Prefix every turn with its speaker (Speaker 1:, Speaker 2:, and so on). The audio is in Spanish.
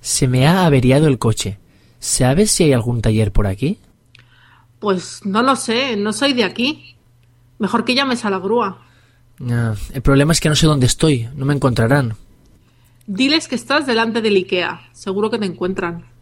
Speaker 1: Se me ha averiado el coche. ¿Sabes si hay algún taller por aquí?
Speaker 2: Pues no lo sé, no soy de aquí. Mejor que llames a la grúa.
Speaker 1: Ah, el problema es que no sé dónde estoy. No me encontrarán.
Speaker 2: Diles que estás delante del IKEA. Seguro que te encuentran.